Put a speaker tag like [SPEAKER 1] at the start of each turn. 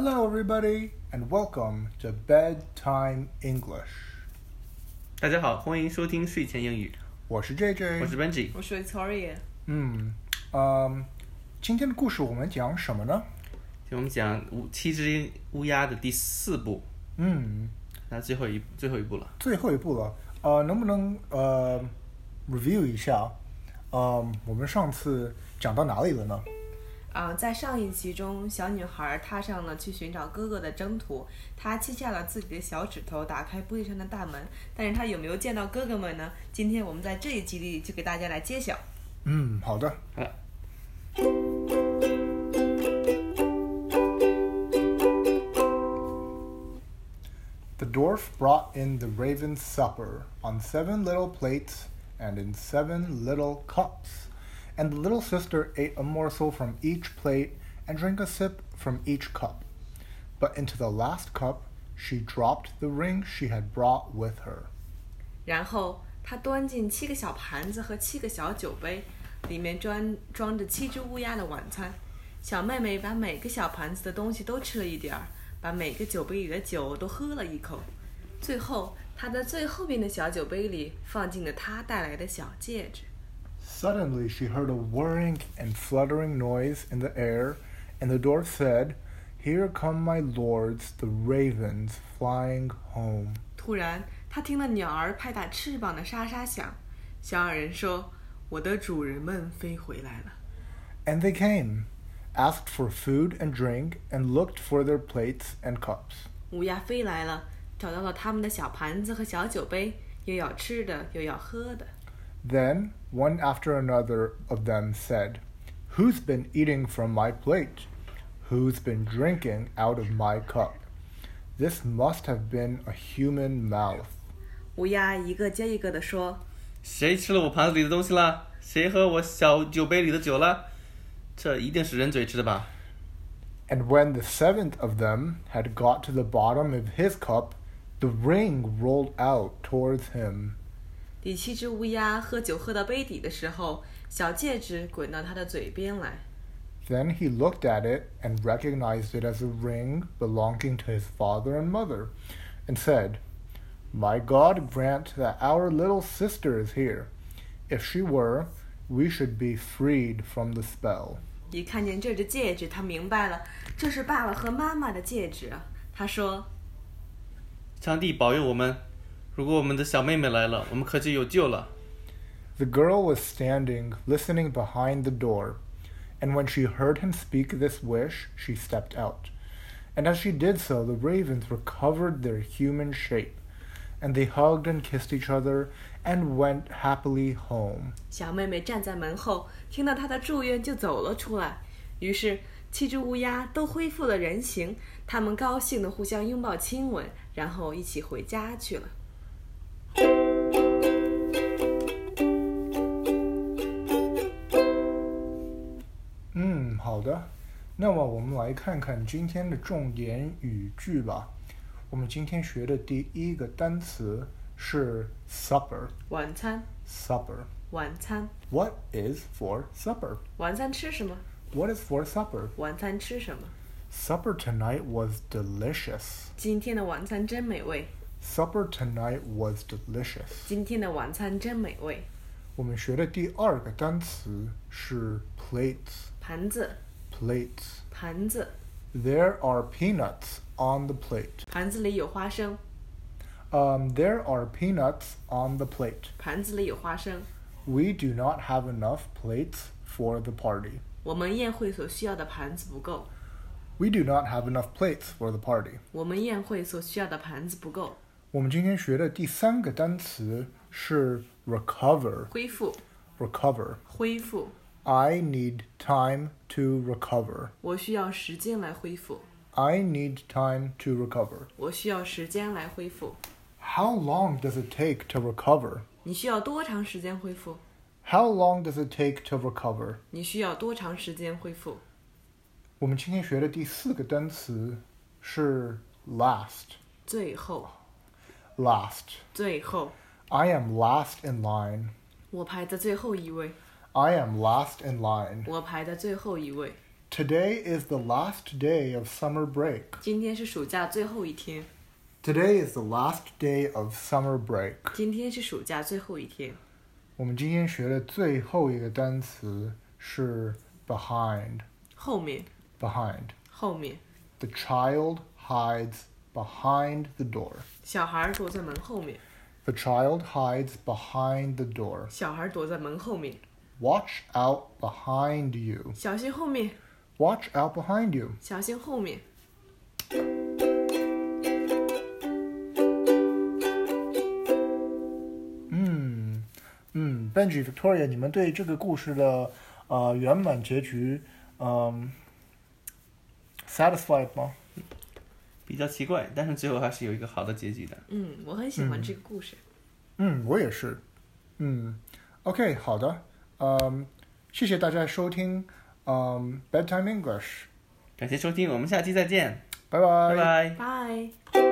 [SPEAKER 1] everybody, and welcome to bedtime English.
[SPEAKER 2] 大家好，欢迎收听睡前英语，
[SPEAKER 1] 我是 J
[SPEAKER 2] 我
[SPEAKER 1] J，
[SPEAKER 2] 是 Benji。
[SPEAKER 3] 我是 Victoria，
[SPEAKER 1] 嗯，嗯，今天的故事我们讲什么呢？
[SPEAKER 2] 就我们讲五七只乌鸦的第四部，
[SPEAKER 1] 嗯，
[SPEAKER 2] 那最后一最后一部了。
[SPEAKER 1] 最后一步了，呃，能不能呃 review 一下？呃，我们上次讲到哪里了呢？
[SPEAKER 3] 啊、在上一集中，小女孩踏上了去寻找哥哥的征途。她切下了自己的小指头，打开玻璃上的大门。但是她有没有见到哥哥们呢？今天我们在这一集里就给大家来揭晓。
[SPEAKER 1] 嗯，好的，
[SPEAKER 2] 好了，
[SPEAKER 1] The dwarf brought in the raven's supper on seven little plates and in seven little cups, and the little sister ate a morsel from each plate and drank a sip from each cup. But into the last cup she dropped the ring she had brought with her.
[SPEAKER 3] 然后她端进七个小盘子和七个小酒杯，里面装装着七只乌鸦的晚餐。小妹妹把每个小盘子的东西都吃了一点儿，把每个酒杯里的酒都喝了一口。最后，她在最后面的小酒杯里放进了她带来的小戒指。
[SPEAKER 1] Suddenly she heard a whirring and fluttering noise in the air, and the dwarf said, Here come my lords, the ravens, flying home.
[SPEAKER 3] 突然，她听了鸟儿拍打翅膀的沙沙响。小矮人说：“我的主人们飞回来了。”
[SPEAKER 1] And they came, asked for food and drink, and looked for their plates and cups.
[SPEAKER 3] 乌鸦飞来了，找到了他们的小盘子和小酒杯，又要吃的，又要喝的。
[SPEAKER 1] Then one after another of them said, Who's been eating from my plate? Who's been drinking out of my cup? This must have been a human mouth.
[SPEAKER 3] 乌鸦一个接一个地说
[SPEAKER 2] 谁吃了我盘子里的东西啦？谁喝我小酒杯里的酒啦？这一定是人嘴吃的吧？
[SPEAKER 1] And when the seventh of them had got to the bottom of his cup, the ring rolled out towards him.：“
[SPEAKER 3] 第七只乌鸦喝酒喝到杯底的时候，小戒指滚到它的嘴边来。
[SPEAKER 1] Then he looked at it and recognized it as a ring belonging to his father and mother, and said, My God, grant that our little sister is here. If she were, we should be freed from the spell.
[SPEAKER 3] 一看见这只戒指，他明白了，这是爸爸和妈妈的戒指啊。他说
[SPEAKER 2] 上帝保佑我们！如果我们的小妹妹来了，我们可就有救了。
[SPEAKER 1] The girl was standing, listening behind the door, and when she heard him speak this wish, she stepped out. And as she did so, the ravens recovered their human shape, and they hugged and kissed each other and went happily home.：“
[SPEAKER 3] 小妹妹站在门后，听到他的祝愿就走了出来。于是，七只乌鸦都恢复了人形，它们高兴地互相拥抱亲吻，然后一起回家去了。”
[SPEAKER 1] Mm, 好的。那么我们来看看今天的重点语句吧。我们今天学的第一个单词是 supper。
[SPEAKER 3] 晚餐，
[SPEAKER 1] Supper.
[SPEAKER 3] 晚餐，
[SPEAKER 1] What is for supper?
[SPEAKER 3] 晚餐吃什么？
[SPEAKER 1] What is for supper?
[SPEAKER 3] 晚餐吃什么？
[SPEAKER 1] Supper tonight was delicious.
[SPEAKER 3] 今天的晚餐真美味，
[SPEAKER 1] Supper tonight was delicious.
[SPEAKER 3] 今天的晚餐真美味。
[SPEAKER 1] 我们学的第二个单词是 plates.
[SPEAKER 3] 盘子，
[SPEAKER 1] Plates.
[SPEAKER 3] 盘子，
[SPEAKER 1] There are peanuts on the plate.
[SPEAKER 3] 盘子里有花生，
[SPEAKER 1] Um, there are peanuts on the plate.
[SPEAKER 3] 盘子里有花生。
[SPEAKER 1] We do not have enough plates for the party.
[SPEAKER 3] 我们宴会所需要的盘子不够，
[SPEAKER 1] We do not have enough plates for the party.
[SPEAKER 3] 我们宴会所需要的盘子不够。
[SPEAKER 1] 我们今天学的第三个单词是 recover.
[SPEAKER 3] 恢复，
[SPEAKER 1] Recover.
[SPEAKER 3] 恢复，
[SPEAKER 1] I need time to recover.
[SPEAKER 3] 我需要时间来恢复，
[SPEAKER 1] I need time to recover.
[SPEAKER 3] 我需要时间来恢复。
[SPEAKER 1] How long does it take to recover?
[SPEAKER 3] 你需要多长时间恢复？
[SPEAKER 1] How long does it take to recover?
[SPEAKER 3] 你需要多长时间恢复？
[SPEAKER 1] 我们今天学的第四个单词是 last.
[SPEAKER 3] 最后，
[SPEAKER 1] Last.
[SPEAKER 3] 最后，
[SPEAKER 1] I am last in line.
[SPEAKER 3] 我排在最后一位，
[SPEAKER 1] I am last in line.
[SPEAKER 3] 我排在最后一位。
[SPEAKER 1] Today is the last day of summer break.
[SPEAKER 3] 今天是暑假最后一天，
[SPEAKER 1] Today is the last day of summer break.
[SPEAKER 3] 今天是暑假最后一天。
[SPEAKER 1] 我们今天学的最后一个单词是 behind.
[SPEAKER 3] 后面，
[SPEAKER 1] Behind.
[SPEAKER 3] 后面，
[SPEAKER 1] The child hides behind the door.
[SPEAKER 3] 小孩儿躲在门后面，
[SPEAKER 1] The child hides behind the door.
[SPEAKER 3] 小孩儿躲在门后面，
[SPEAKER 1] Watch out behind you.
[SPEAKER 3] 小心后面，
[SPEAKER 1] Watch out behind you.
[SPEAKER 3] 小心后面。
[SPEAKER 1] 嗯嗯，Benji Victoria，你们对这个故事的呃圆满结局，嗯、s a t i s f i e d 吗？
[SPEAKER 2] 比较奇怪，但是最后还是有一个好的结局的。
[SPEAKER 3] 嗯，我很喜欢这个故事。
[SPEAKER 1] 嗯，我也是。嗯，OK，好的。嗯，谢谢大家收听。嗯，Bedtime English，
[SPEAKER 2] 感谢收听，我们下期再见，
[SPEAKER 1] 拜拜。
[SPEAKER 2] 拜拜。
[SPEAKER 3] 拜。